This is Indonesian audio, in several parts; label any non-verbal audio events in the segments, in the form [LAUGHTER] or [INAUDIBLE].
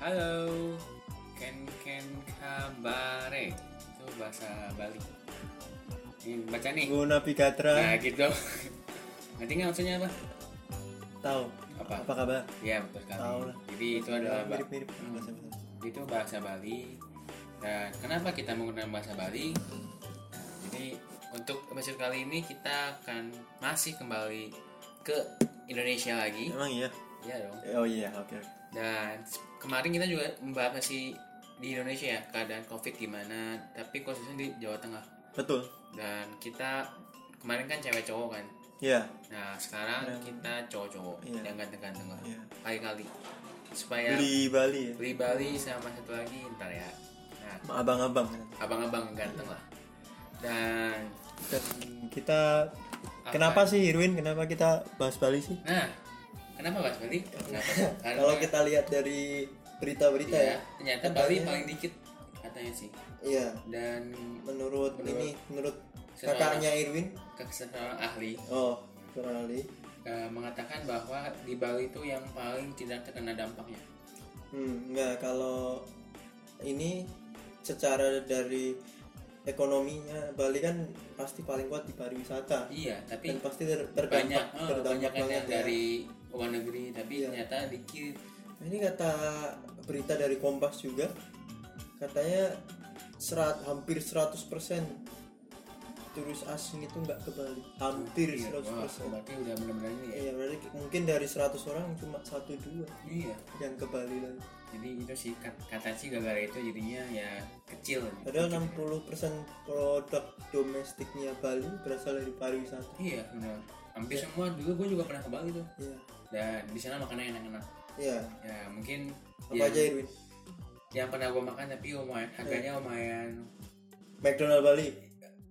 Halo, Ken Ken Kabare itu bahasa Bali. Ini baca nih. Guna Pikatra Nah gitu. [LAUGHS] Nanti nggak maksudnya apa? tahu Apa? apa kabar? Ya betul sekali. Tahu lah. Jadi itu adalah ba- mirip-mirip Hmm. bahasa bahasa. itu bahasa Bali. Dan kenapa kita menggunakan bahasa Bali? Nah, jadi untuk episode kali ini kita akan masih kembali ke Indonesia lagi. Emang iya? Ya dong. Eh, Oh iya, oke. oke. Dan kemarin kita juga membahas masih di Indonesia ya keadaan COVID gimana, tapi khususnya di Jawa Tengah. Betul. Dan kita kemarin kan cewek cowok kan. Iya, Nah sekarang kita cowok-cowok Iya. yang ganteng-ganteng lah, iya. kali-kali supaya Iya. beli. Beli Bali Bali ya. sama satu lagi ntar ya. Nah Sama Abang-abang. abang-abang ganteng lah. Dan Dan kita Apa? kenapa sih Irwin? Kenapa kita bahas Bali sih? nah kenapa Mas Bali? Kenapa? Karena- [LAUGHS] Kalau kita lihat dari berita-berita Iya, ya, ternyata katanya- Bali paling dikit katanya sih. iya. Dan Menurut, Menurut- ini, menurut Seorang- kakaknya Irwin, keseluruhan ahli oh, kurang ahli. eh, mengatakan bahwa di Bali itu yang paling tidak terkena dampaknya. Hmm, enggak kalau ini secara dari ekonominya Bali kan pasti paling kuat di pariwisata Iya, tapi dan pasti ter- banyak terdampak eh, banyak terdampak yang banget ya. dari luar negeri tapi Iya. ternyata dikit. Ini kata berita dari Kompas juga katanya serat hampir 100% turis asing itu nggak ke Bali. Hampir Iya, wah, 100%. berarti udah benar-benar ini ya. Iya, berarti mungkin dari 100 orang cuma satu dua Iya. yang ke Bali lagi. Jadi itu sih kat- kata sih gara-gara itu jadinya ya kecil. Padahal 60% produk domestiknya Bali berasal dari pariwisata. Iya, benar. Hampir semua dulu gue juga pernah ke Bali tuh. Iya. Dan di sana makanan enak-enak. Iya. Ya, mungkin Apa yang, aja Irwin? yang pernah gue makan tapi lumayan harganya lumayan McDonald Bali.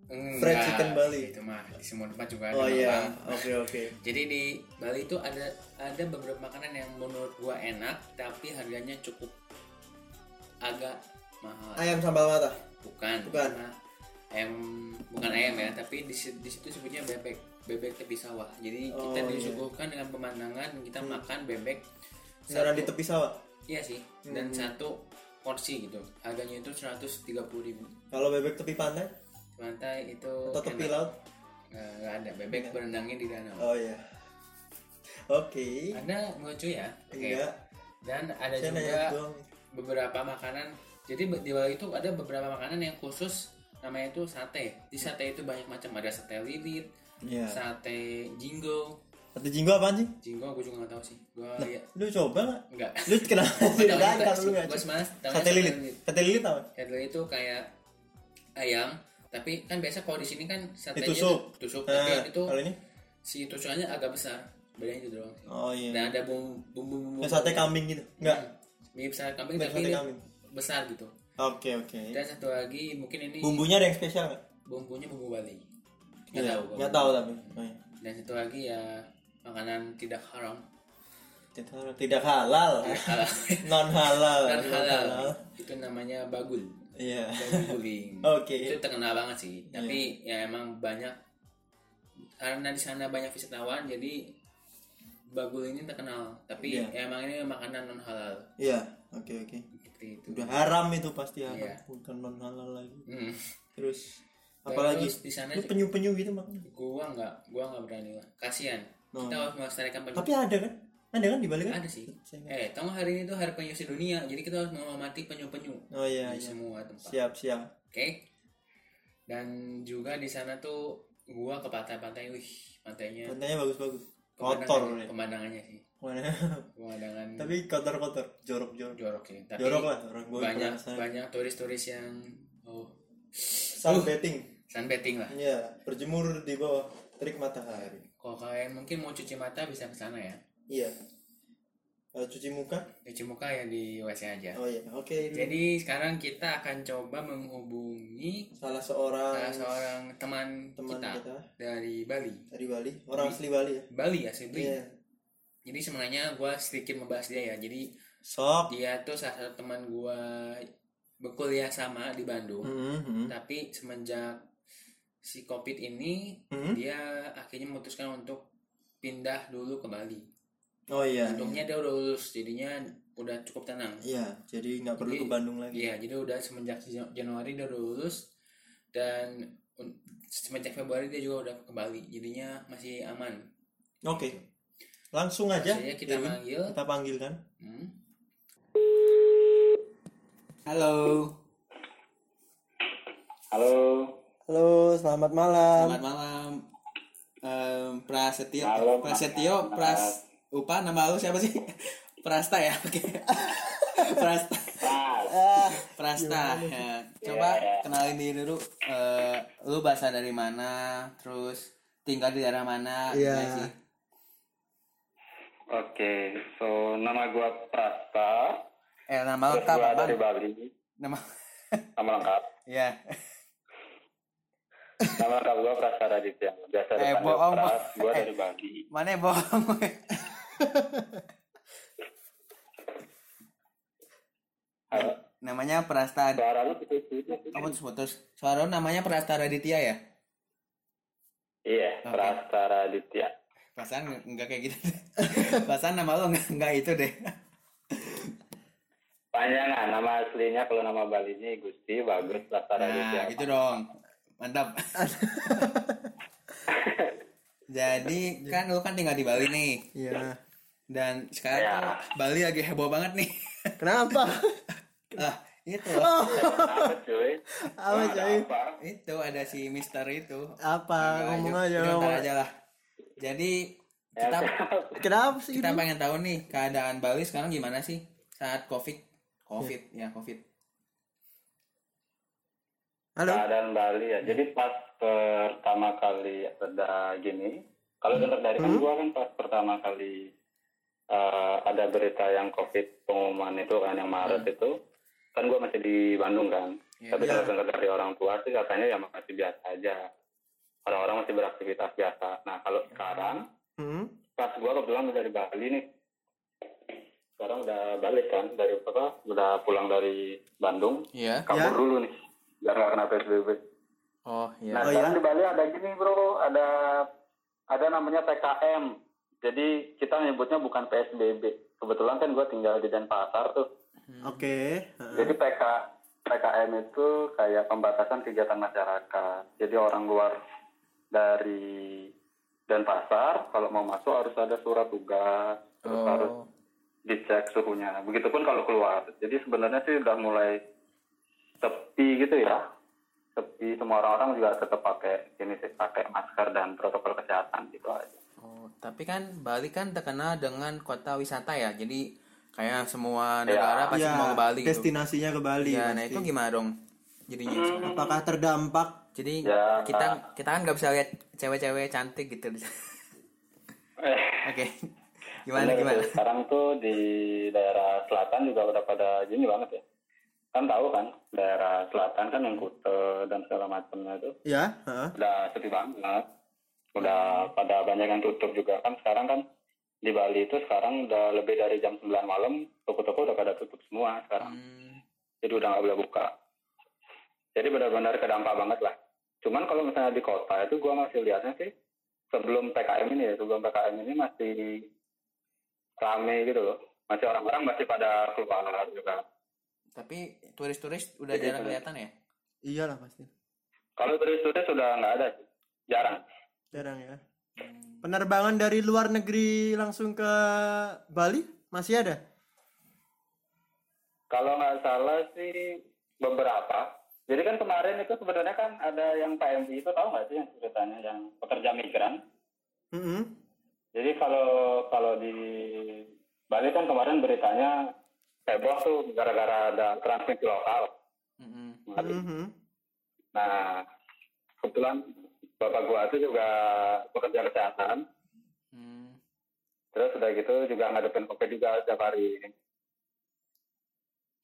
Enggak, Fried chicken Bali. Itu mah di semua tempat juga ada. Oh Bang. iya. Oke oke. Jadi di Bali itu ada ada beberapa makanan yang menurut gua enak tapi harganya cukup agak mahal. Ayam sambal mata. Bukan. Bukan. karena Ayam bukan ayam ya, tapi di, si- di situ sebutnya bebek, bebek tepi sawah. Jadi Oh, kita iya. disuguhkan dengan pemandangan kita makan bebek Sekarang satu- di Hmm. tepi sawah. Iya sih. Dan satu porsi gitu. Harganya itu 130.000. Kalau bebek tepi pantai Lantai itu atau tepi enak. laut? Iya. Nggak- nggak ada bebek berendangnya di danau. Oh iya. Oke. Anda lucu ya. Oke. Enggak. Dan ada Iya. Saya juga nanya doang. beberapa makanan. Jadi be- di Bali itu ada beberapa makanan yang khusus namanya itu sate. Di sate itu banyak macam ada sate lilit, Iya. sate jinggo. Satu jinggo apaan sih? Jinggo gue juga nggak tahu sih. Gue ya Lu coba nggak? [LAUGHS] enggak. Lu kenapa Gue sih? tahunya Tanya lu sate- nggak? gue semalas tahunya ya, Sate lilit. Sate lilit apa? Sate lilit itu kayak ayam, tapi kan biasa kalau di sini kan satenya Ditusuk. tusuk, Nah, tapi itu kalau ini? si tusukannya agak besar. Bedanya itu doang. Oh iya. Dan ada bumbu bumbu, bumbu Yang sate kambing gitu. Enggak. mirip sate kambing Mirip tapi sate ini kambing. besar gitu. Oke oke. Dan satu lagi mungkin ini Bumbunya ada yang spesial nggak? bumbunya bumbu Bali. Nggak Iya. tahu. gua. Nggak tahu tapi. Oh, iya. Dan satu lagi ya makanan tidak haram. Tidak- Tidak halal. Tidak halal. [LAUGHS] non halal Oh, Dan halal. Itu namanya bagul. iya [LAUGHS] Bagul guling. oke Itu terkenal banget sih. Iya. Tapi ya emang banyak karena di sana banyak wisatawan jadi bagul ini terkenal. Tapi ya Iya. emang ini makanan Gitu, non halal. iya oke oke Seperti itu. udah haram itu pasti haram Iya. bukan non halal lagi Hmm. terus apalagi Terus di sana lu penyu penyu gitu makan gua nggak gua nggak berani lah kasian Oh. kita harus melestarikan penyu tapi ada kan ada kan di Bali kan ada sih Saya nggak- eh tahu nggak hari ini tuh hari penyu sedunia jadi kita harus menghormati penyu-penyu oh iya di iya semua tempat oke siap siap dan juga di sana tuh gua ke pantai-pantai wih pantainya pantainya bagus bagus kotor pemandangannya, ya. pemandangannya sih Mana- pemandangan [LAUGHS] tapi kotor kotor jorok jorok jorok ya tapi jorok lah orang gue banyak pernah kesana. banyak turis-turis yang oh sunbathing sunbathing lah iya berjemur di bawah terik matahari kalau kalian mungkin mau cuci mata bisa ke sana ya iya Kalau cuci muka cuci muka ya di WC aja oh iya oke ini Jadi sekarang kita akan coba menghubungi salah seorang salah seorang teman, teman kita, kita dari Bali. dari Bali orang asli Bali ya Bali ya asli. iya Jadi sebenarnya gue sedikit membahas dia ya. Jadi sok dia tuh salah satu teman gue berkuliah sama di Bandung. Mhm. Tapi semenjak si COVID ini Mhm. dia akhirnya memutuskan untuk pindah dulu ke Bali. oh iya Untungnya dia udah lulus, jadinya udah cukup tenang Iya, jadi nggak perlu Jadi, ke Bandung lagi. Iya, jadi udah semenjak Jan- Januari dia udah lulus dan un- semenjak Februari dia juga udah ke Bali. Jadinya masih aman. Oke. Langsung Iya, aja. Jadi kita Dewi. manggil. Kita panggil kan. Hmm. Halo. Halo, Halo, selamat malam. Selamat malam. Em, Prasetyo, Halo, Prasetyo, Mas. Pras Upa nama lu siapa sih? [LAUGHS] Prasta ya, oke. [LAUGHS] Prasta, Pas. Ah. Prasta. Ya. Coba kenalin diri dulu. Eh, lu bahasa dari mana? Terus tinggal di daerah mana? Iya. Ya sih. Oke, so nama gua Prasta. Eh nama Terus lengkap gua apa? dari Bali. Nama. Nama lengkap. ya. Nama lengkap gua Prasta Raditya. Biasa Eh, dipanggil bohong, Pras. bohong. Gua Eh. dari Bali. Mana yang bohong? weh? Halo. namanya Prasta. Suara lu itu Kamu terus putus. Suara lu namanya Prasta Raditya ya? Iya, Oke. Prasta Raditya. Perasaan nggak- nggak kayak gitu. [LAUGHS] Perasaan nama lo nggak nggak itu deh. Panjangan nama aslinya kalau nama Bali ini Gusti Bagus Prasta Raditya. Nah, gitu dong. [LAUGHS] Mantap. Jadi kan lu kan tinggal di Bali nih Iya. dan sekarang Ya. tuh Bali lagi heboh banget nih. [LAUGHS] [LAUGHS] Kenapa? Oh, Lah, itu Apa cuy? Nah, Apa, Ada cuy? apa? itu ada si Mister itu. Apa? Nggak, Ah, Ngomong yuk- aja. yuk ntar ngomong. aja lah. Jadi Ya, kita Kenapa sih? kita gitu? pengen tahu nih keadaan Bali sekarang gimana sih saat Covid. Covid ya, Covid. Halo. keadaan Bali ya. Jadi pas pertama kali ada gini, Hmm. kalau dengar dari kan gua kan pas pertama kali eh, ada berita yang COVID pengumuman itu kan yang Maret itu, kan gua masih di Bandung kan. Hmm. Iya. Tapi Iya. kalau dengar dari orang tua sih katanya ya masih biasa aja. Orang-orang masih beraktivitas biasa. Nah kalau sekarang Hmm? pas gua kebetulan dari Bali nih sekarang udah balik kan dari apa udah pulang dari Bandung Iya. kabur Ya. dulu nih biar nggak kena PSBB Oh, Nah, Oh, sekarang iya? di Bali ada gini, Bro. Ada ada namanya PKM. Jadi kita menyebutnya bukan PSBB. Kebetulan kan gue tinggal di Denpasar tuh. Hmm. Oke. Jadi PK PKM itu kayak pembatasan kegiatan masyarakat. Jadi orang luar dari Denpasar kalau mau masuk harus ada surat tugas, terus harus dicek suhunya. Begitupun kalau keluar. Jadi sebenarnya sih udah mulai sepi gitu ya. Sepi semua orang-orang juga tetap pakai ini sih, pakai masker dan protokol kesehatan gitu aja. Oh, tapi kan Bali kan terkenal dengan kota wisata ya. Jadi kayak semua Iya. negara pasti Ya, mau ke Bali gitu. destinasinya ke Bali. Ya, nah pasti. itu gimana dong? Jadinya. Apakah terdampak? Jadi Ya. kita kita kan nggak bisa lihat cewek-cewek cantik gitu. [LAUGHS] Oke. Gimana Bener gimana? tuh. Iya, Sekarang tuh di daerah selatan juga udah pada gini banget ya. Kan tahu kan, daerah selatan kan yang kute dan segala macamnya itu Ya, heeh. udah sepi banget. Hmm. Udah pada banyak yang tutup juga kan sekarang kan di Bali itu sekarang udah lebih dari jam 9 malam toko-toko udah pada tutup semua sekarang. Hmm, jadi udah nggak boleh buka. Jadi benar-benar kedampak banget lah. Cuman kalau misalnya di kota itu gua masih lihatnya sih sebelum PKM ini ya, sebelum PKM ini masih rame gitu loh. Masih orang-orang masih pada keluar juga. tapi turis-turis udah jarang Jadi Iya, bener. kelihatan ya? iyalah pasti. Kalau turis-turis sudah nggak ada, sih. jarang. Jarang ya. Penerbangan dari luar negeri langsung ke Bali masih ada? Kalau nggak salah sih beberapa. Jadi kan kemarin itu sebenarnya kan ada yang PMI itu tahu nggak sih yang ceritanya yang pekerja migran. Mm-mm. Jadi kalau kalau di Bali kan kemarin beritanya heboh tuh gara-gara ada transmisi lokal. Mm-mm. Mhm. Nah, kebetulan bapak gua itu juga pekerja kesehatan, Hmm. terus udah gitu juga ngadepin covid juga setiap hari.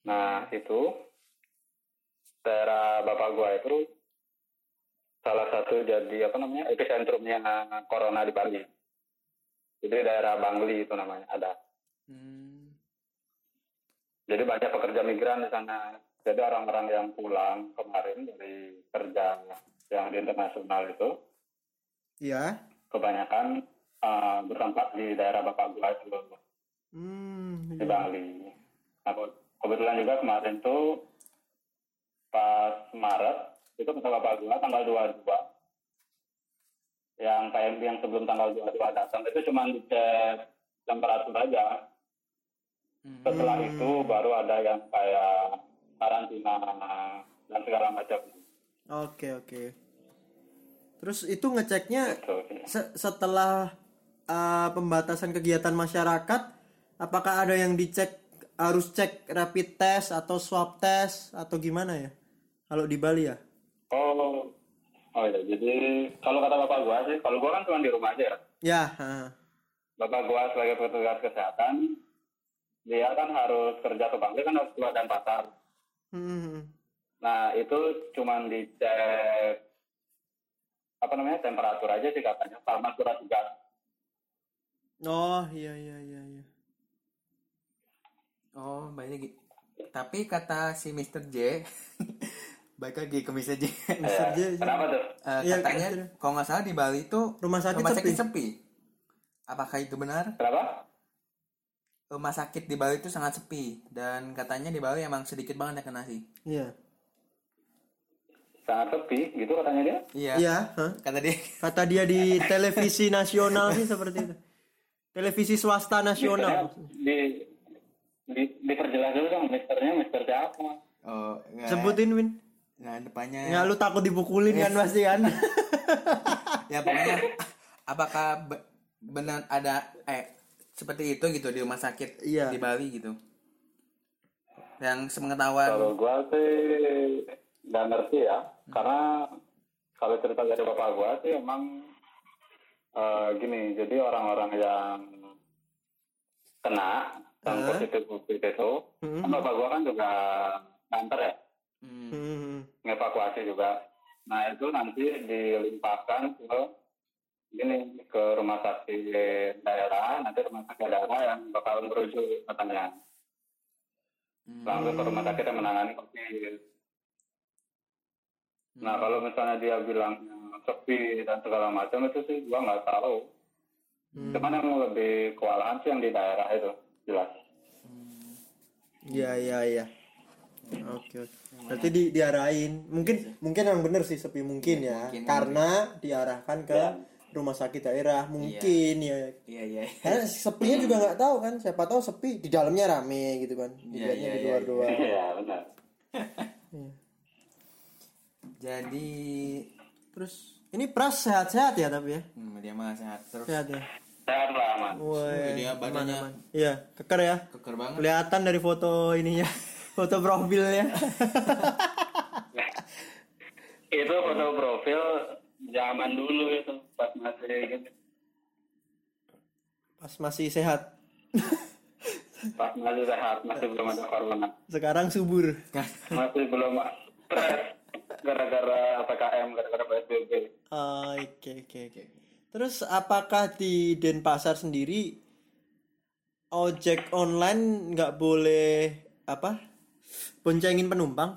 Nah, itu daerah bapak gua itu salah satu jadi apa namanya epicentrumnya corona di Bali. Jadi daerah Bangli itu namanya ada. Hmm. Jadi banyak pekerja migran di sana. Jadi orang-orang yang pulang kemarin dari kerja yang di internasional itu Ya. kebanyakan eh, bertempat di daerah bapak gua itu Hmm. di Bali. Nah, ke- kebetulan juga kemarin tuh pas Maret itu pesawat Palguna tanggal 22 yang KMB yang sebelum tanggal 22 datang itu cuma dicek temperatur aja setelah Hmm. itu baru ada yang kayak karantina dan segala macam Oke oke. Terus itu ngeceknya gitu sih. se- setelah uh, pembatasan kegiatan masyarakat, apakah ada yang dicek harus cek rapid test atau swab test atau gimana ya? Kalau di Bali ya? Oh, oh ya. Jadi kalau kata bapak gua sih, kalau gua kan cuma di rumah aja ya. Ya. ha. Bapak gua sebagai petugas kesehatan, dia kan harus kerja ke panggil kan harus keluar dan pasar. Hmm, Nah itu cuman dicek apa namanya temperatur aja sih katanya sama surat tugas. Oh iya iya iya. [LAUGHS] iya. Oh, baiknya gitu. Tapi kata si Mr. [LAUGHS] J, baik lagi ke Mr. J. Eh, Mr. J, iya. Kenapa tuh? Eh, Iya, katanya betul. kalau nggak salah di Bali itu Rumah sakit sepi. sepi. Apakah itu benar? Kenapa? Rumah sakit di Bali itu sangat sepi dan katanya di Bali emang sedikit banget yang kena sih. Iya. Sangat sepi gitu katanya dia. Iya. Iya. ha. Kata dia. Kata dia [LAUGHS] di televisi nasional sih seperti itu. Televisi swasta [LAUGHS] nasional. Misternya Di, di, diperjelas dulu dong misternya mister siapa? Oh, nggak- Sebutin Win. Nah, depannya Ya lu takut dipukulin kan pasti [LAUGHS] kan? ya pokoknya apakah be- benar ada eh seperti itu gitu di rumah sakit Iya. di Bali gitu yang sepengetahuan Kalau gua sih nggak ngerti ya, karena kalau cerita dari bapak gua sih emang eh, gini, jadi orang-orang yang kena yang Eh? positif covid itu, Hmm. kan bapak gua kan juga kantor ya, Hmm, Hmm. ngevakuasi juga. Nah itu nanti dilimpahkan ke gini ke rumah sakit daerah, nanti rumah sakit daerah yang bakal merujuk katanya, hmm, langsung ke rumah sakit yang menangani covid. Nah kalau misalnya dia bilang sepi dan segala macam itu sih gua nggak tahu. Cuman yang lebih kewalahan sih yang di daerah itu jelas. Iya iya iya. Oke. oke. Berarti di, diarahin. Mungkin mungkin yang bener sih sepi mungkin ya. Iya, mungkin. Karena diarahkan ke rumah sakit daerah mungkin ya. iya iya Karena sepinya juga nggak tahu kan. Siapa tahu sepi di dalamnya rame gitu kan. Iya, Dilihatnya iya, di iya, luar-luar. Iya benar. Iya. jadi Terus ini Pras sehat-sehat ya tapi ya. hmm, dia mah sehat terus Sehat ya. Sehat lah aman. Woi. dia badannya Iya, keker ya. keker banget Kelihatan dari foto ininya. [LAUGHS] Foto profilnya. [LAUGHS] Itu foto profil zaman dulu itu pas masih gitu. Pas masih sehat. [LAUGHS] pas masih sehat masih belum ada corona Sekarang subur. masih belum stres gara-gara PKM gara-gara PSBB. Ah, Oke oke oke. Terus apakah di Denpasar sendiri ojek online nggak boleh apa boncengin penumpang?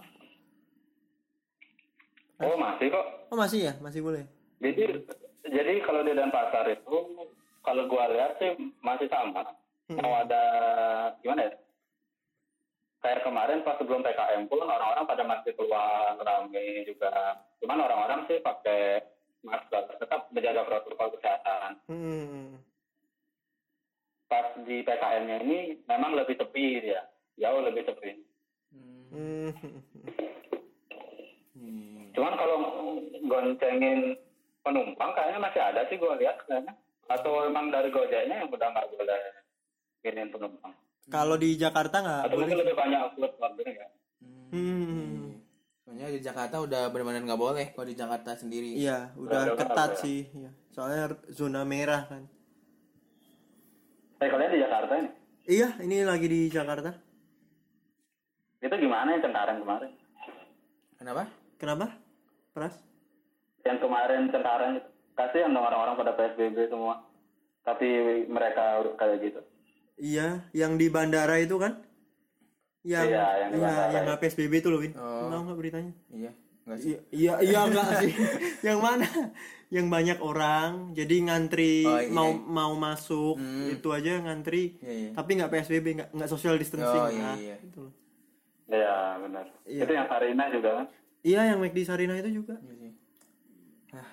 Oh masih kok. Oh masih ya masih boleh. Jadi jadi kalau di Denpasar itu kalau gua lihat sih masih sama. Hmm. Mau ada gimana ya? Kayak kemarin pas sebelum PKM pun orang-orang pada masih keluar rame juga. Cuman orang-orang sih pakai masker, tetap menjaga protokol kesehatan. Hmm. Pas di PKM-nya ini memang lebih tepi dia, jauh lebih tepi. Hmm. Iya, Cuman kalau goncengin penumpang kayaknya masih ada sih gua lihat kayaknya. Atau emang dari Gojeknya yang udah nggak boleh giniin penumpang. Kalau di Jakarta nggak Atau boleh. mungkin lebih banyak upload order ya. Hmm. soalnya di Jakarta udah benar-benar nggak boleh kalau di Jakarta sendiri Iya udah Udah, udah, ketat udah. sih. Iya. Soalnya r- zona merah kan. Eh kalian di Jakarta ini? Iya ini lagi di Jakarta. Itu gimana yang Cengkareng kemarin? kenapa Kenapa? Pras? Yang kemarin Cengkareng itu. Kasihan dong orang-orang pada PSBB semua. Tapi mereka kayak gitu. Iya yang di bandara itu kan? Yang Iya, yang di iya, bandara. yang PSBB Oh. itu loh Win. Tahu nggak beritanya? iya nggak sih Iya, iya, iya enggak sih. [LAUGHS] yang mana? yang banyak orang jadi ngantri Oh, iya. Hmm. mau mau masuk itu aja ngantri Iya, iya. tapi nggak PSBB nggak nggak social distancing Oh, iya, nah, iya. gitu loh. Iya benar. Itu yang Sarina juga kan? iya yang McD Sarina itu juga Iya Ah,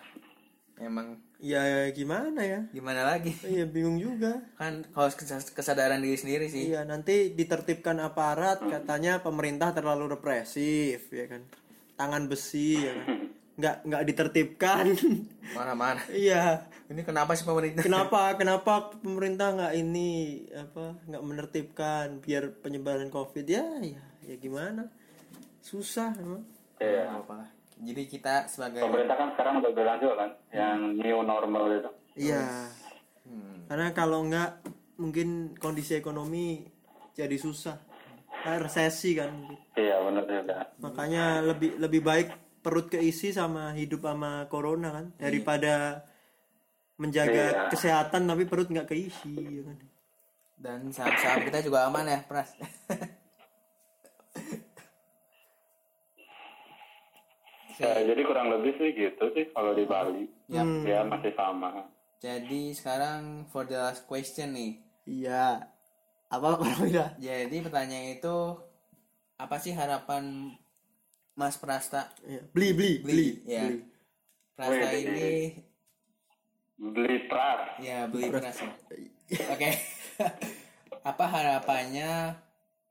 Emang ya gimana ya gimana lagi? iya bingung juga Kan harus kesa- kesadaran diri sendiri sih. Iya nanti ditertibkan aparat katanya pemerintah terlalu represif ya kan tangan besi ya kan nggak nggak ditertibkan [LAUGHS] Marah-marah. iya Ini kenapa sih pemerintah? kenapa kenapa pemerintah nggak ini apa nggak menertibkan biar penyebaran covid ya ya ya gimana susah emang Iya. Apa? Jadi kita sebagai Pemerintah kan sekarang udah berlanjut kan, yang new normal itu. iya karena kalau nggak mungkin kondisi ekonomi jadi susah Kayak resesi kan mungkin. Iya benar juga. makanya lebih lebih baik perut keisi sama hidup sama corona kan daripada menjaga kesehatan tapi perut nggak keisi ya kan dan saham-saham kita juga aman ya, [LAUGHS] Pras. Ya, [LAUGHS] jadi kurang lebih sih gitu sih kalau di Bali. Ya masih sama. Jadi sekarang for the last question nih. iya apa kalau udah Jadi pertanyaan itu apa sih harapan Mas Prasta? Iya, beli beli beli iya. Beli, ya. Prasta ini Beli pras. ya beli beras. ya. Oke. [LAUGHS] apa harapannya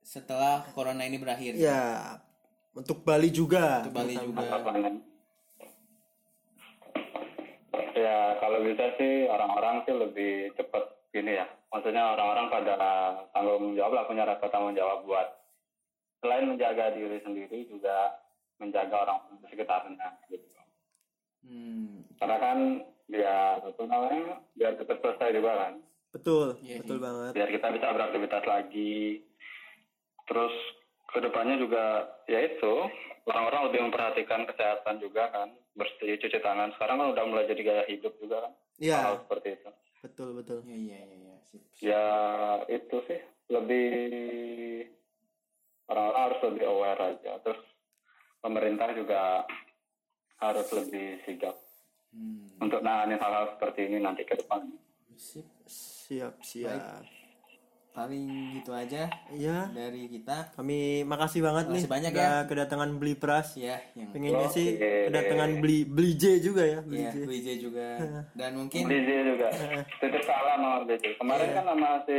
setelah corona ini berakhir? ya untuk Bali juga Ke Bali juga. Apaan? Ya kalau bisa sih orang-orang sih lebih cepat gini ya. Maksudnya orang-orang pada tanggung jawab lah punya rasa tanggung jawab buat selain menjaga diri sendiri juga menjaga orang di sekitarnya gitu. Hmm, Karena kan biar apa namanya biar cepat selesai juga kan. betul Iya betul banget biar kita bisa beraktivitas lagi. Terus kedepannya juga ya itu orang-orang lebih memperhatikan kesehatan juga kan bersih cuci tangan sekarang kan udah mulai jadi gaya hidup juga kan iya hal seperti itu betul betul ya ya ya ya. Sip. ya itu sih lebih orang-orang harus lebih aware aja terus pemerintah juga harus lebih sigap Hmm, untuk nanganin hal-hal seperti ini nanti ke depan sip. siap siap Paling gitu aja iya dari kita. kami makasih Iya. banget nih Makasih banyak ya. udah kedatangan beli pras Ya, yang pengennya sih Oke. kedatangan beli beli J juga ya beli ya, J Iya. Beli J juga. Dan mungkin BJ [LAUGHS] juga. Titip salam sama BJ. Kemarin Iya. kan sama si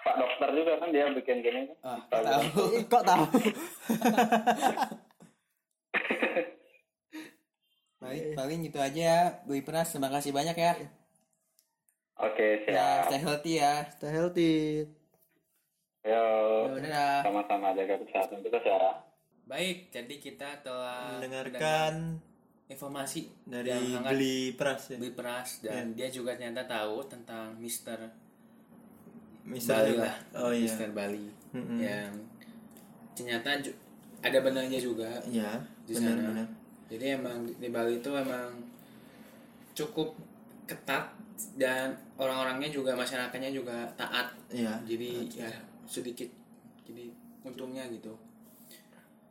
Pak Dokter juga kan dia bikin gini kan. ah, nggak tahu. Eh, [LAUGHS] kok tahu Baik, paling gitu aja ya. Beli Pras, terima kasih banyak ya. Iya. Oke, Ya, siap. stay healthy ya. stay healthy Yo, Iya. Yo, Dadah. sama-sama jaga kesehatan kita ya. Baik, jadi kita telah mendengarkan mendengar informasi dari yang hangat beli pras ya Beli Peras dan dia juga ternyata tahu tentang Mister Mister Bali Ella. lah, oh iya Mister Bali yang ternyata ju- ada benarnya juga iya di benar sana. benar Jadi emang di Bali itu emang cukup ketat dan orang-orangnya juga masyarakatnya juga taat. iya Jadi ya sedikit jadi untungnya gitu.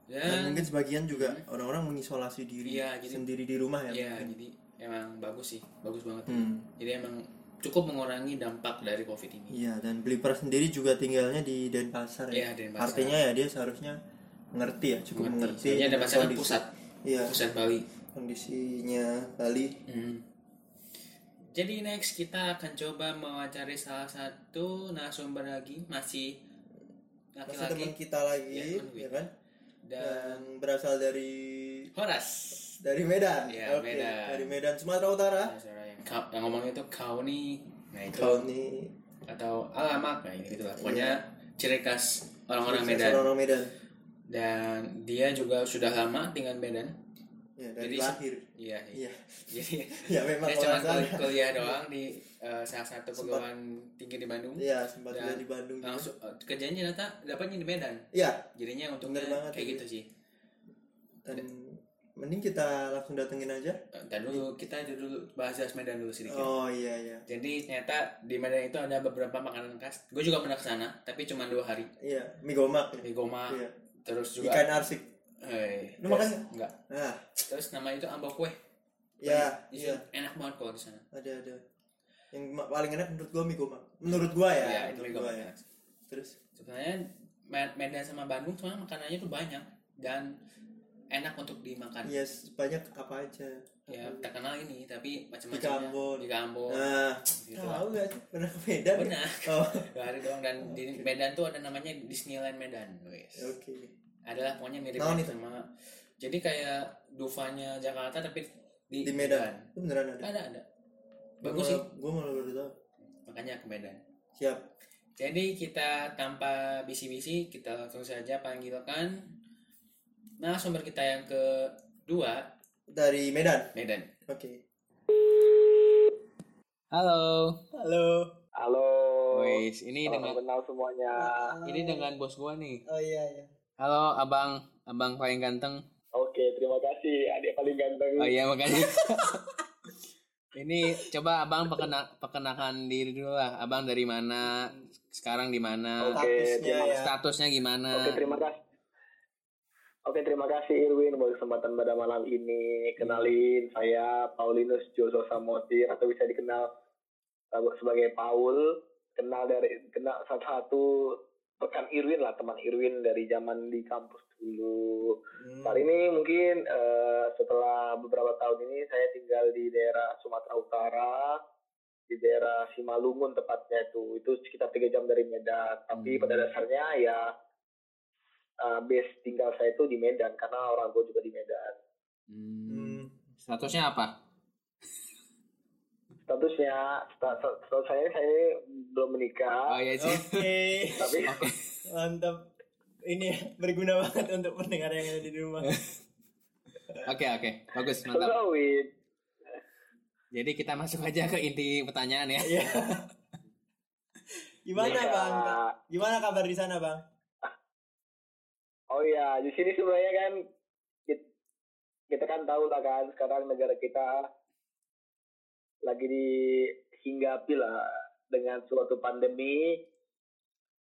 dan Dan mungkin sebagian juga orang-orang mengisolasi diri Iya, jadi- sendiri di rumah ya ya jadi emang bagus sih, bagus banget. Hmm. Jadi emang cukup mengurangi dampak dari Covid ini. iya dan beli pras sendiri juga tinggalnya di Denpasar ya Iya, Denpasar. artinya ya dia seharusnya mengerti ya cukup mengerti, Soalnya ada dengan pasangan kondisi- pusat, iya pusat Bali. kondisinya Bali Hmm. Jadi next kita akan coba mewawancari salah satu narasumber lagi masih masih Iya. teman laki-laki kita lagi Iya, kan, ya kan dan dan berasal dari Horas. dari Medan Iya, Oke, Medan. dari Medan Sumatera Utara Saudara yang, kau, yang ngomongnya itu kau nih, nah itu kau nih atau alamat nah gitu lah. Pokoknya ciri khas orang-orang Medan orang Medan dan dia juga sudah lama dengan Medan. ya Jadi, dari lahir [LAUGHS] Iya. iya Jadi ya memang dia cuma orang sana kul- kuliah doang di eh, salah satu perguruan tinggi di Bandung. iya sempat Dan kuliah di Bandung Ya. juga. langsung eh, kerjanya ternyata dapatnya di Medan iya jadinya untungnya Bener banget iya. kayak itu. gitu sih dan mending kita langsung datengin aja Eh, dan dulu kita dulu bahas bahas Medan dulu sedikit oh iya iya jadi ternyata di Medan itu ada beberapa makanan khas gue juga pernah kesana tapi cuma dua hari iya mie gomak di Goma Iya. terus Ah, juga ikan arsik eh, terus- Lu makan nggak? enggak nah terus nama itu ambok kue Ya, Di iya. situ Enak banget kalau di sana. Ada ada. Yang ma- paling enak menurut gua mie gomak. Menurut gua ya, Iya, menurut mie gua gomak ya. enak. Terus Sebenarnya Med- Medan sama Bandung cuma makanannya tuh banyak dan enak untuk dimakan. yes, iya, banyak apa aja. Ya, terkenal ini tapi macam-macam Ambon. Di Ambon. Nah, Gitu. tahu gak sih? Pernah ke Medan? [LAUGHS] ya? Pernah. Oh, Dua hari doang dan di Medan tuh ada namanya Disneyland Medan, guys. oke. Adalah pokoknya mirip ya Tahun itu? sama jadi kayak Dufanya Jakarta tapi di, Di Medan. Eh, Itu beneran ada. Ada ada. Bagus sih, Gua malah baru tahu. makanya ke Medan. Siap. Jadi kita tanpa bisi-bisi kita langsung saja panggilkan narasumber kita yang kedua Dari Medan. Medan. Oke. Halo. Halo. Halo. Wis, ini dengan kenal semuanya. ini dengan bos gua nih. Oh iya iya. Halo abang, abang paling ganteng. Oke, terima kasih. Adik paling ganteng. Oh iya makanya. [LAUGHS] ini coba abang perkena, perkenalkan diri dulu lah. Abang dari mana? Sekarang di mana? Statusnya iya, terima ya. Statusnya gimana? Oke, terima kasih. Oke, terima kasih Irwin buat kesempatan pada malam ini. Kenalin saya Paulinus Joshua Samotir atau bisa dikenal eh, sebagai Paul. Kenal dari kenal salah satu rekan Irwin lah, teman Irwin dari zaman di kampus dulu. Hmm. Kali ini mungkin eh, setelah beberapa tahun ini saya tinggal di daerah Sumatera Utara di daerah Simalungun tepatnya itu itu sekitar tiga jam dari Medan tapi Hmm. pada dasarnya ya eh, base tinggal saya itu di Medan karena orang tua juga di Medan Hmm. Hmm. Statusnya apa? statusnya sta- sta- status saya saya ini belum Oh menikah iya sih. Oke. [LAUGHS] tapi Mantap. Ini berguna banget untuk pendengar yang ada di [LAUGHS] rumah. Oke oke, bagus mantap. so Win, Jadi kita masuk aja ke inti pertanyaan ya. Iya. Gimana ya. bang? Gimana kabar di sana bang? oh iya di sini sebenarnya kan kit- kita kan tahu lah kan sekarang negara kita lagi dihinggapi lah dengan suatu pandemi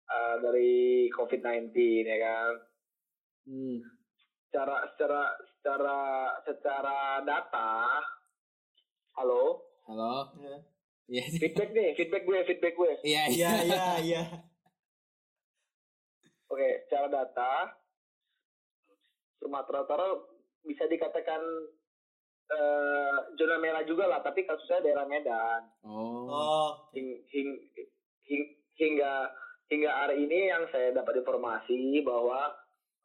eh, dari COVID-19 ya kan secara secara secara secara data halo Halo. Iya. Iya. sih. feedback nih feedback gue feedback gue Iya Iya iya. iya iya. oke secara data Sumatera Utara bisa dikatakan eh, zona merah juga lah tapi kasusnya daerah Medan Oh. Oh. Hing- hing- hing- hingga hingga hari ini yang saya dapat informasi bahwa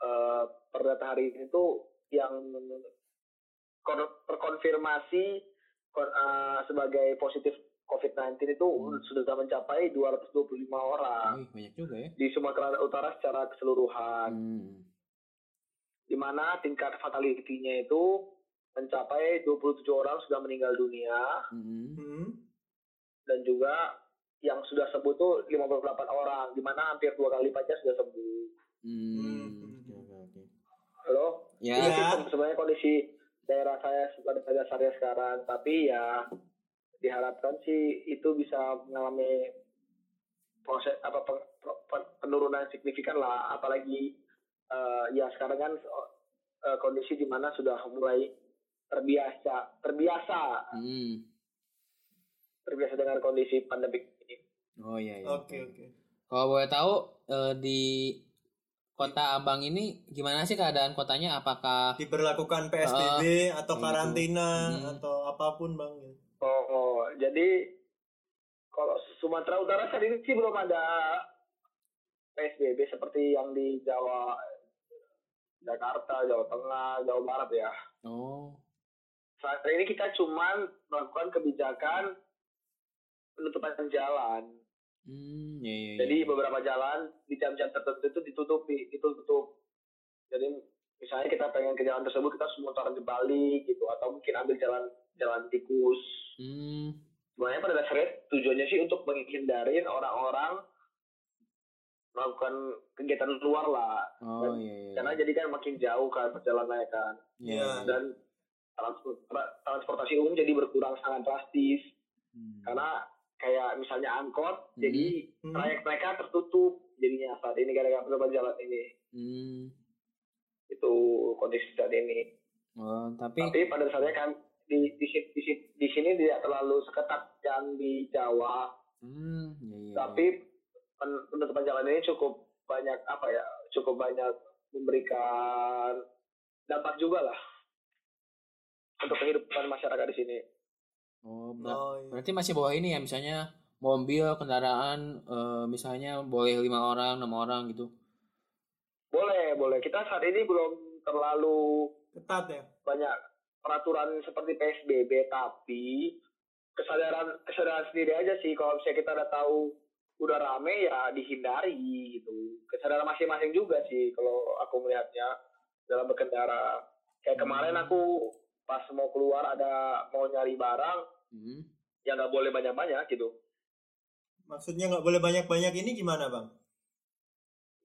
eh, per data hari ini tuh yang kon- terkonfirmasi kon- eh, sebagai positif COVID-19 itu Hmm. sudah mencapai 225 orang Wih, banyak juga ya. di Sumatera Utara secara keseluruhan Hmm. di mana tingkat fatality-nya itu mencapai 27 orang sudah meninggal dunia Hmm. Hmm. dan juga yang sudah sembuh tuh 58 orang di mana hampir dua kali lipatnya sudah sembuh. Hmm. Oke, oke, oke. Halo. Ya. Ini sih Ya. sebenarnya kondisi daerah saya pada dasarnya sekarang, tapi ya diharapkan sih itu bisa mengalami proses apa pe- pe- pe- penurunan signifikan lah, apalagi eh, ya sekarang kan eh, kondisi di mana sudah mulai terbiasa terbiasa Hmm. terbiasa dengan kondisi pandemik ini. Oh iya iya. Oke oke. Kalau boleh tahu eh, di kota Abang ini gimana sih keadaan kotanya? Apakah Diberlakukan PSBB atau gitu. karantina Hmm. atau apapun bang? gitu. Oh, oh, jadi kalau Sumatera Utara saat ini sih belum ada PSBB seperti yang di Jawa, Jakarta, Jawa Tengah, Jawa Barat ya. oh Saat ini kita cuman melakukan kebijakan penutupan jalan. hmm ya ya. ya. Jadi beberapa jalan di jam-jam tertentu itu ditutupi, ditutup. Jadi misalnya kita pengen ke jalan tersebut kita harus mutar di Bali gitu atau mungkin ambil jalan jalan tikus hmm sebenarnya pada dasarnya tujuannya sih untuk menghindarin orang-orang melakukan kegiatan luar lah oh iya iya. karena jadi kan makin jauh kan perjalanannya kan Iya, Ya. iya. dan transpor- tra- transportasi umum jadi berkurang sangat drastis Hmm. karena kayak misalnya angkot Mhm. jadi Hmm. trayek mereka tertutup jadinya saat ini gara-gara penutupan jalan ini Hmm. itu kondisi saat ini Oh, tapi tapi pada dasarnya kan di di si- di si- di sini tidak terlalu seketat yang di Jawa, Hmm, iya iya. tapi pen- penutupan jalan ini cukup banyak apa ya? Cukup banyak memberikan dampak juga lah untuk kehidupan masyarakat di sini. oh, ber- Oh, iya. Berarti masih bawah ini ya misalnya mobil, kendaraan eh, misalnya boleh lima orang, enam orang gitu. Boleh, boleh. Kita saat ini belum terlalu ketat ya banyak peraturan seperti PSBB tapi kesadaran kesadaran sendiri aja sih kalau misalnya kita udah tahu udah rame ya dihindari gitu kesadaran masing-masing juga sih kalau aku melihatnya dalam berkendara kayak kemarin aku pas mau keluar ada mau nyari barang Hmm. ya nggak boleh banyak-banyak gitu maksudnya nggak boleh banyak banyak ini gimana bang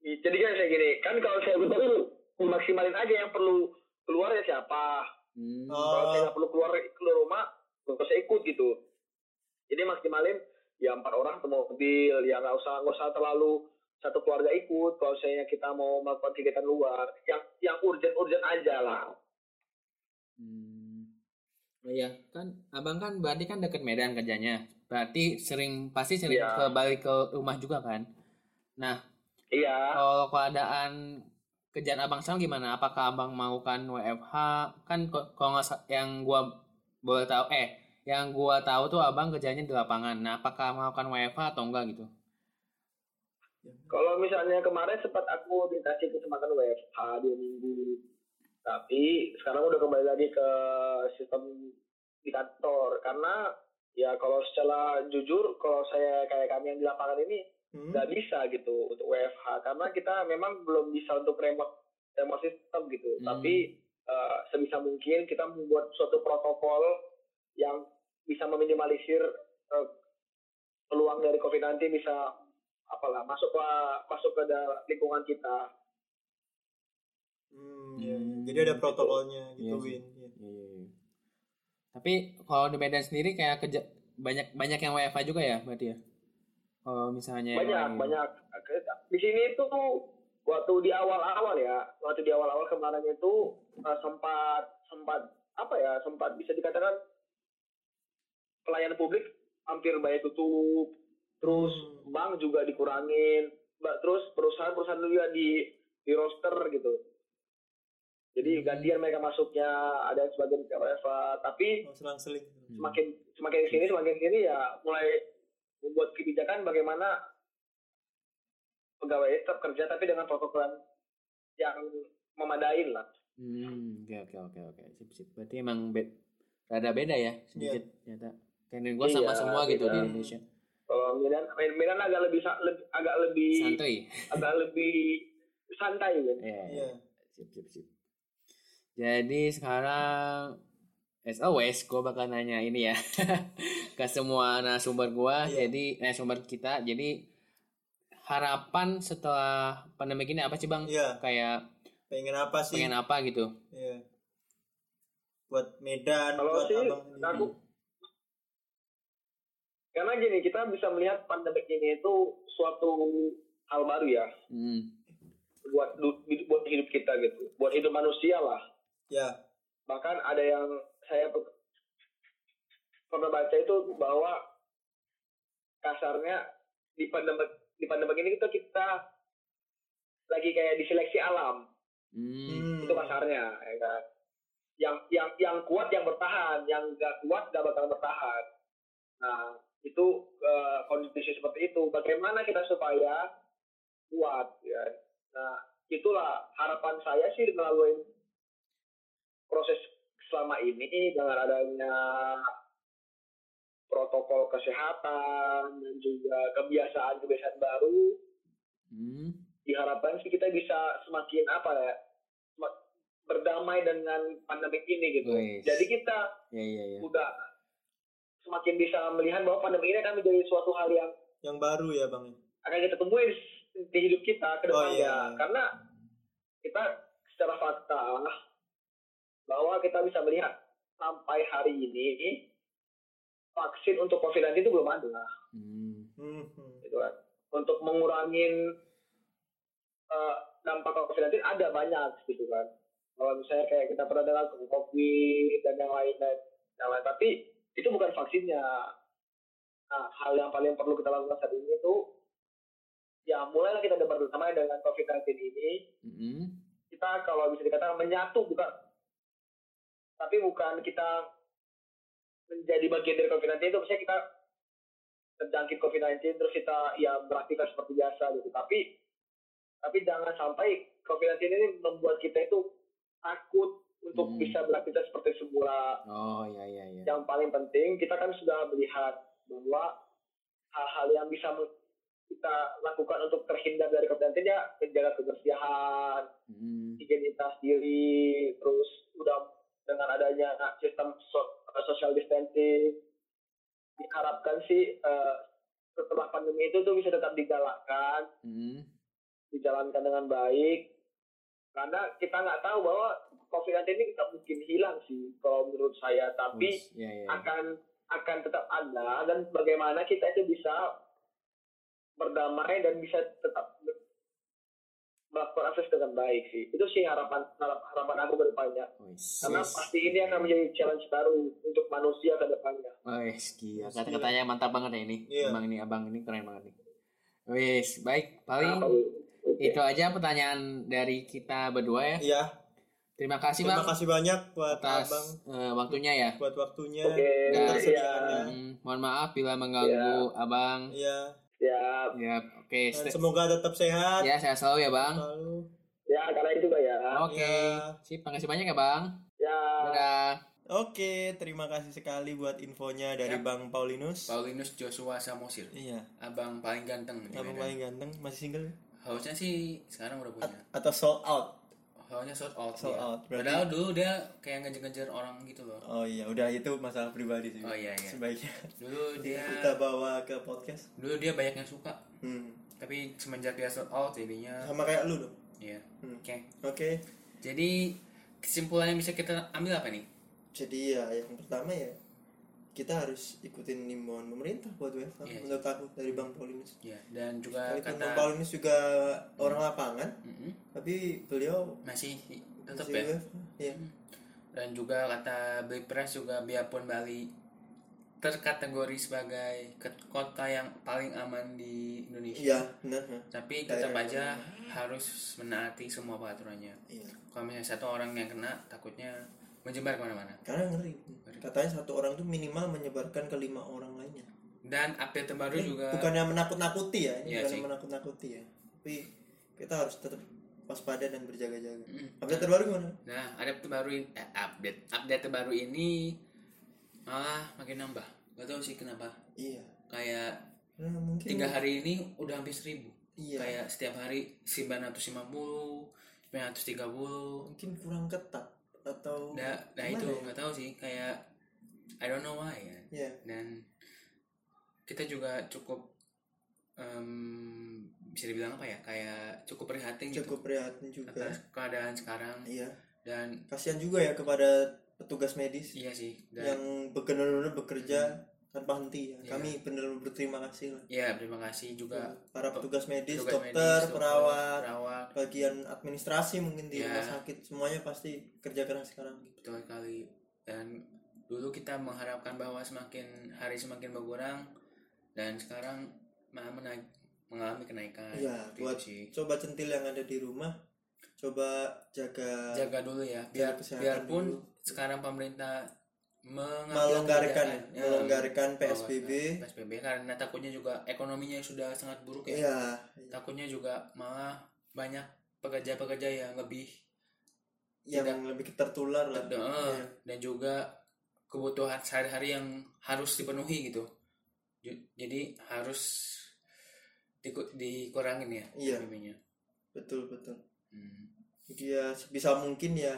jadi kan saya gini kan kalau saya butuh itu maksimalin aja yang perlu keluar ya siapa Hmm. kalau saya oh nggak perlu keluar keluar rumah terus saya ikut gitu jadi maksimalin ya empat orang satu mobil ya nggak usah nggak usah terlalu satu keluarga ikut kalau misalnya kita mau melakukan kegiatan luar yang yang urgent urgent aja lah Hmm. Oh iya, kan abang kan berarti kan deket Medan kerjanya. Berarti sering pasti sering Iya. ke balik ke rumah juga kan. iya Kalau keadaan kerjaan abang sekarang gimana? Apakah abang mau kan WFH? Kan ko- kalau nggak sa- yang gua boleh tahu eh yang gua tahu tuh abang kerjanya di lapangan. Nah, apakah mau kan WFH atau enggak gitu? kalau misalnya kemarin sempat aku dikasih kesempatan WFH dua minggu tapi sekarang udah kembali lagi ke sistem di kantor karena ya kalau secara jujur kalau saya kayak kami yang di lapangan ini Hmm? nggak bisa gitu untuk WFH karena kita memang belum bisa untuk remote remote system gitu Hmm. tapi eh, sebisa mungkin kita membuat suatu protokol yang bisa meminimalisir eh, peluang dari COVID-19 bisa apalah masuk ke masuk ke dalam lingkungan kita Hmm, iya, iya. jadi ada protokolnya gitu Iya sih. Win Iya. Iya, iya, iya. Tapi kalau di Medan sendiri kayak kerja banyak banyak yang WFH juga ya berarti ya. Kalau misalnya banyak yang lain. banyak di sini itu waktu di awal-awal ya waktu di awal-awal kemarin itu eh, sempat sempat apa ya sempat bisa dikatakan pelayanan publik hampir banyak tutup terus Hmm. bank juga dikurangin ba- terus perusahaan-perusahaan juga di di roster gitu jadi Hmm. gantian mereka masuknya ada yang sebagian ke WFA tapi Oh, selang-seling Hmm. semakin semakin sini semakin sini ya mulai membuat kebijakan bagaimana pegawai tetap kerja tapi dengan protokol yang- yang memadai lah. Hmm, oke oke oke oke. Sip sip. Berarti emang be rada beda ya sedikit ternyata. Karena gue sama Iya, semua gitu di beda. Indonesia. Kalau Medan Medan agak lebih sa- leb- agak lebih Santuy. agak lebih santai kan. Iya. iya Sip sip sip. Jadi sekarang as always gue bakal nanya ini ya [LAUGHS] ke semua narasumber gue. Iya. Jadi narasumber kita. Jadi harapan setelah pandemi ini apa sih bang? iya Kayak pengen apa sih pengen apa gitu? Iya. buat Medan Kalau buat sih, abang sendiri. aku Karena gini kita bisa melihat pandemi ini itu suatu hal baru ya Hmm. buat du- buat hidup kita gitu, buat hidup manusia lah. ya bahkan ada yang saya pe- pernah baca itu bahwa kasarnya di pandemi di pandemi ini kita kita lagi kayak diseleksi alam Hmm. Hmm. itu kasarnya ya kan yang yang yang kuat yang bertahan yang gak kuat gak bakal bertahan nah itu eh, kondisi seperti itu bagaimana kita supaya kuat ya nah itulah harapan saya sih melalui proses selama ini dengan adanya protokol kesehatan dan juga kebiasaan-kebiasaan baru Hmm. diharapkan sih kita bisa semakin apa ya sem- berdamai dengan pandemi ini gitu. Wes. Jadi kita Ya ya Iya. ya. udah semakin bisa melihat bahwa pandemi ini akan menjadi suatu hal yang yang baru ya bang akan kita temui di hidup kita ke Oh, depannya iya. karena kita secara fakta bahwa kita bisa melihat sampai hari ini vaksin untuk COVID-19 itu belum ada. Hmm. Hmm, hmm. gitu kan. Untuk mengurangi eh, dampak COVID-19 ada banyak gitu kan. Kalau misalnya kayak kita pernah dengar COVID dan yang lain dan yang lain. Tapi itu bukan vaksinnya. Nah, hal yang paling perlu kita lakukan saat ini itu ya mulailah kita debat bersama dengan COVID-19 ini. Mm-mm. Kita kalau bisa dikatakan menyatu bukan tapi bukan kita menjadi bagian dari COVID-19 itu maksudnya kita terjangkit COVID-19 terus kita ya beraktivitas seperti biasa gitu. Tapi tapi jangan sampai COVID-19 ini membuat kita itu takut untuk Hmm. bisa beraktivitas seperti semula. Oh iya iya iya. Yang paling penting kita kan sudah melihat bahwa hal-hal yang bisa men- kita lakukan untuk terhindar dari COVID-19 ya menjaga kebersihan, Mm. higienitas diri, terus udah dengan adanya sistem so- eh, social distancing diharapkan sih eh, setelah pandemi itu tuh bisa tetap digalakkan Mm. dijalankan dengan baik karena kita nggak tahu bahwa COVID-19 ini nggak mungkin hilang sih kalau menurut saya tapi Wis, iya, iya. akan akan tetap ada dan bagaimana kita itu bisa berdamai dan bisa tetap be- melakukan akses dengan baik sih itu sih harapan harap- harapan aku kedepannya Wis. karena pasti ini akan menjadi challenge baru untuk manusia kedepannya Wes, gila. Kata-katanya mantap banget ya ini. Iya. Abang ini, abang ini keren banget nih. Wes, baik. Paling Nah, Apa, Wi? Oke. itu aja pertanyaan dari kita berdua ya. Iya, Terima kasih terima Bang kasih banyak buat atas Abang eh, waktunya ya. buat waktunya, Oke, dan iya. Nah, ketersediaannya. Mm, mohon maaf bila mengganggu Abang. Iya, ya Ya, oke. dan stay- semoga tetap sehat Ya, saya selalu ya, Bang. selalu. ya karena itu Pak, ya Oke. Ya. Sip, makasih banyak ya, Bang. ya Iya. Dadah. Oke, terima kasih sekali buat infonya dari Yap. Iya. Bang Paulinus. Paulinus Joshua Samosir Iya, abang paling ganteng Iya, di abang Medan paling ganteng, masih single harusnya sih sekarang udah punya atau sold out? harusnya sold out Sold dia. out, berarti- Iya. padahal dulu dia kayak ngejar-ngejar orang gitu loh Oh iya, udah itu masalah pribadi sih. Oh, iya, iya. Sebaiknya dulu dia kita bawa ke podcast. dulu dia banyak yang suka Hmm. tapi semenjak dia sold out jadinya Sama kayak lu dong. ya Hmm. oke Oke. jadi kesimpulan yang bisa kita ambil apa nih Jadi ya yang pertama ya kita harus ikutin imbauan pemerintah buat WFH Iya. menurut aku dari Bang Paulinus. ya dan juga Kali Bang kata Paulinus juga orang lapangan, Mm-mm. tapi beliau masih tetap masih ya WFH. Iya. dan juga kata Bipres juga biarpun Bali terkategori sebagai ke- kota yang paling aman di Iya, Indonesia benar. ha. tapi Daerah tetap yang aja harus menaati semua peraturannya Iya. kalau misalnya satu orang yang kena takutnya menyebar kemana-mana Karena ngeri. Katanya satu orang tuh minimal menyebarkan ke lima orang lainnya. dan update terbaru Ini juga Eh, bukan yang menakut-nakuti ya, ini Iya bukan sih. yang menakut-nakuti ya. Tapi kita harus tetap waspada dan berjaga-jaga. Mm. Update terbaru gimana? [CLEARS THROAT] nah update terbaru in- eh, update update terbaru ini malah makin nambah gak tau sih kenapa Iya. kayak Nah, mungkin tiga hari ini udah hampir seribu Iya. kayak setiap hari 950 930 mungkin kurang ketat atau nah, nah Gimana itu ya? nggak tahu sih kayak I don't know why ya Iya. dan kita juga cukup em, bisa dibilang apa ya kayak cukup prihatin cukup prihatin gitu juga. atas keadaan sekarang Iya. dan Kasihan juga ya kepada petugas medis iya sih dan yang benar-benar bekerja tanpa henti ya. Iya. Kami benar-benar berterima kasih lah. ya terima kasih juga Para petugas medis, petugas dokter, medis, dokter, perawat, perawat bagian administrasi mungkin di Iya. rumah sakit semuanya pasti kerja keras sekarang gitu. betul sekali dan dulu kita mengharapkan bahwa semakin hari semakin berkurang dan sekarang malah menaik, mengalami kenaikan Iya, Seperti itu buat sih. coba centil yang ada di rumah, coba jaga, jaga dulu ya biar kesehatan biarpun dulu. sekarang pemerintah mengambil melonggarkan, kebijakan, ya, melonggarkan PSBB. melonggarkan PSBB karena takutnya juga ekonominya sudah sangat buruk ya Iya, takutnya juga malah banyak pekerja-pekerja yang lebih yang Tidak- lebih tertular lah. Ada, eh, Iya. dan juga kebutuhan sehari-hari yang harus dipenuhi gitu Ju- jadi harus diku- dikurangin ya Iya. PSBB-nya. Betul, betul. Hmm. Jadi ya sebisa mungkin ya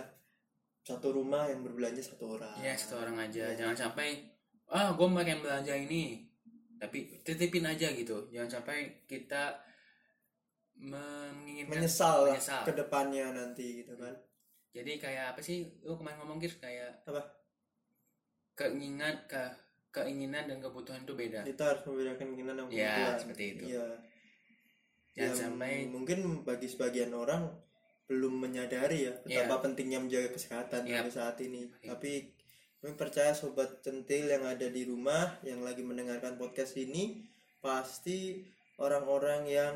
satu rumah yang berbelanja satu orang. ya satu orang aja Iya. jangan sampai ah gue mau yang belanja ini tapi titipin aja gitu jangan sampai kita me- menginginkan menyesal lah menyesal. ke depannya nanti gitu kan. jadi kayak apa sih lu kemarin ngomong gitu kayak Apa? keinginan ke- keinginan dan kebutuhan itu beda Kita harus membedakan keinginan yang Ya, Iya. seperti itu. Iya. jangan Ya, sampai mungkin bagi sebagian orang belum menyadari ya betapa pentingnya menjaga kesehatan Iya. pada saat ini. Iya. Tapi Kami percaya sobat centil yang ada di rumah yang lagi mendengarkan podcast ini pasti orang-orang yang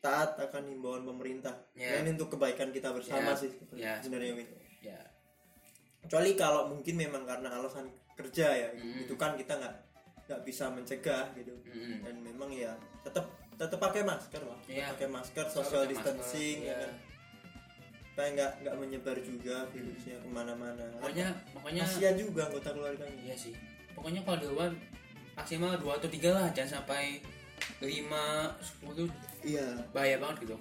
taat akan himbauan pemerintah. Ya. Dan untuk kebaikan kita bersama Ya. sih Ya. sebenarnya Win. ya Kecuali kalau mungkin memang karena alasan kerja ya, Mm. itu kan kita nggak nggak bisa mencegah gitu. Mm. Dan memang ya tetap tetap pakai masker lah, Iya. Tetap pakai masker, social Pakai masker, distancing, ya ya. kan? supaya nggak nggak menyebar juga virusnya kemana-mana. Hmm. pokoknya pokoknya Kasihan juga anggota keluarganya. iya sih pokoknya kalau di luar maksimal dua atau tiga lah jangan sampai lima sepuluh Iya. bahaya banget gitu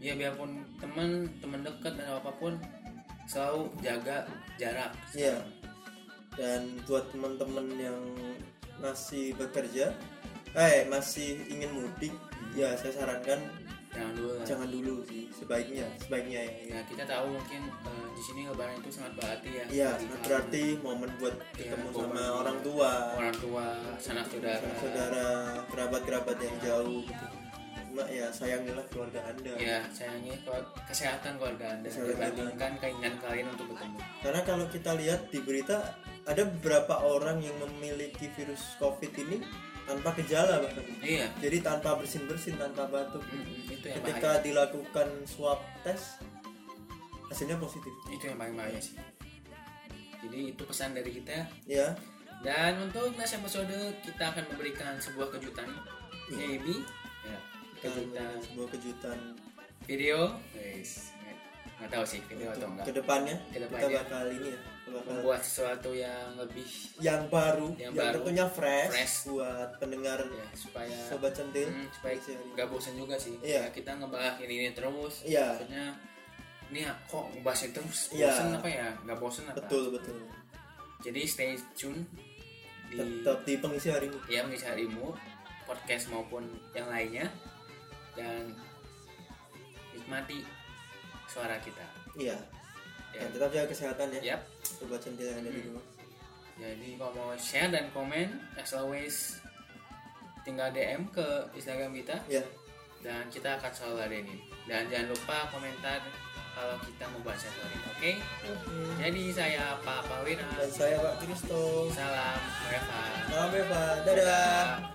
ya biarpun teman teman dekat dan apapun selalu jaga jarak Iya. Dan buat teman-teman yang masih bekerja, eh masih ingin mudik, Hmm. ya saya sarankan jangan dulu lah. jangan dulu sih sebaiknya, sebaiknya ya. ya kita tahu mungkin eh, di sini lebaran itu sangat berarti ya Iya, Bagi sangat kalian. berarti momen buat ketemu Iya, momen sama buat orang tua, orang tua sanak saudara, sama saudara, kerabat-kerabat yang jauh gitu. Cuma ya sayangilah keluarga Anda. ya sayangnya kalau- kesehatan keluarga anda Kesehatan dibandingkan keinginan kalian untuk bertemu Karena kalau kita lihat di berita ada beberapa orang yang memiliki virus Covid ini tanpa gejala bahkan. iya Jadi tanpa bersin-bersin, tanpa batuk. Mm-mm, itu yang bahaya ketika dilakukan swab tes hasilnya positif itu yang paling bahaya sih jadi itu pesan dari kita ya dan untuk next episode kita akan memberikan sebuah kejutan Iya. maybe ya, kejutan dan sebuah kejutan video guys nggak tahu sih video atau enggak kedepannya kita Kedepannya. bakal ini ya kita bakal membuat sesuatu yang lebih yang baru Yang yang, baru. tentunya fresh, Fresh. buat pendengar ya supaya sobat centil Hmm, supaya Sih, hari ini. nggak bosan juga sih Iya. Ya, kita ngebahas ini ini terus Iya. maksudnya ini ya, kok ngebahas ini terus Iya. bosan apa ya nggak bosan apa betul betul jadi stay tune di tetap di pengisi hari ini ya mengisi harimu podcast maupun yang lainnya dan nikmati suara kita iya ya dan tetap jaga kesehatan ya Yap. sobat centil yang ada di rumah jadi kalau mau share dan komen as always tinggal DM ke Instagram kita ya dan kita akan selalu ladenin dan jangan lupa komentar kalau kita mau baca story oke jadi saya Pak Pawina dan saya Pak Kristo salam Reva salam Eva ya, dadah.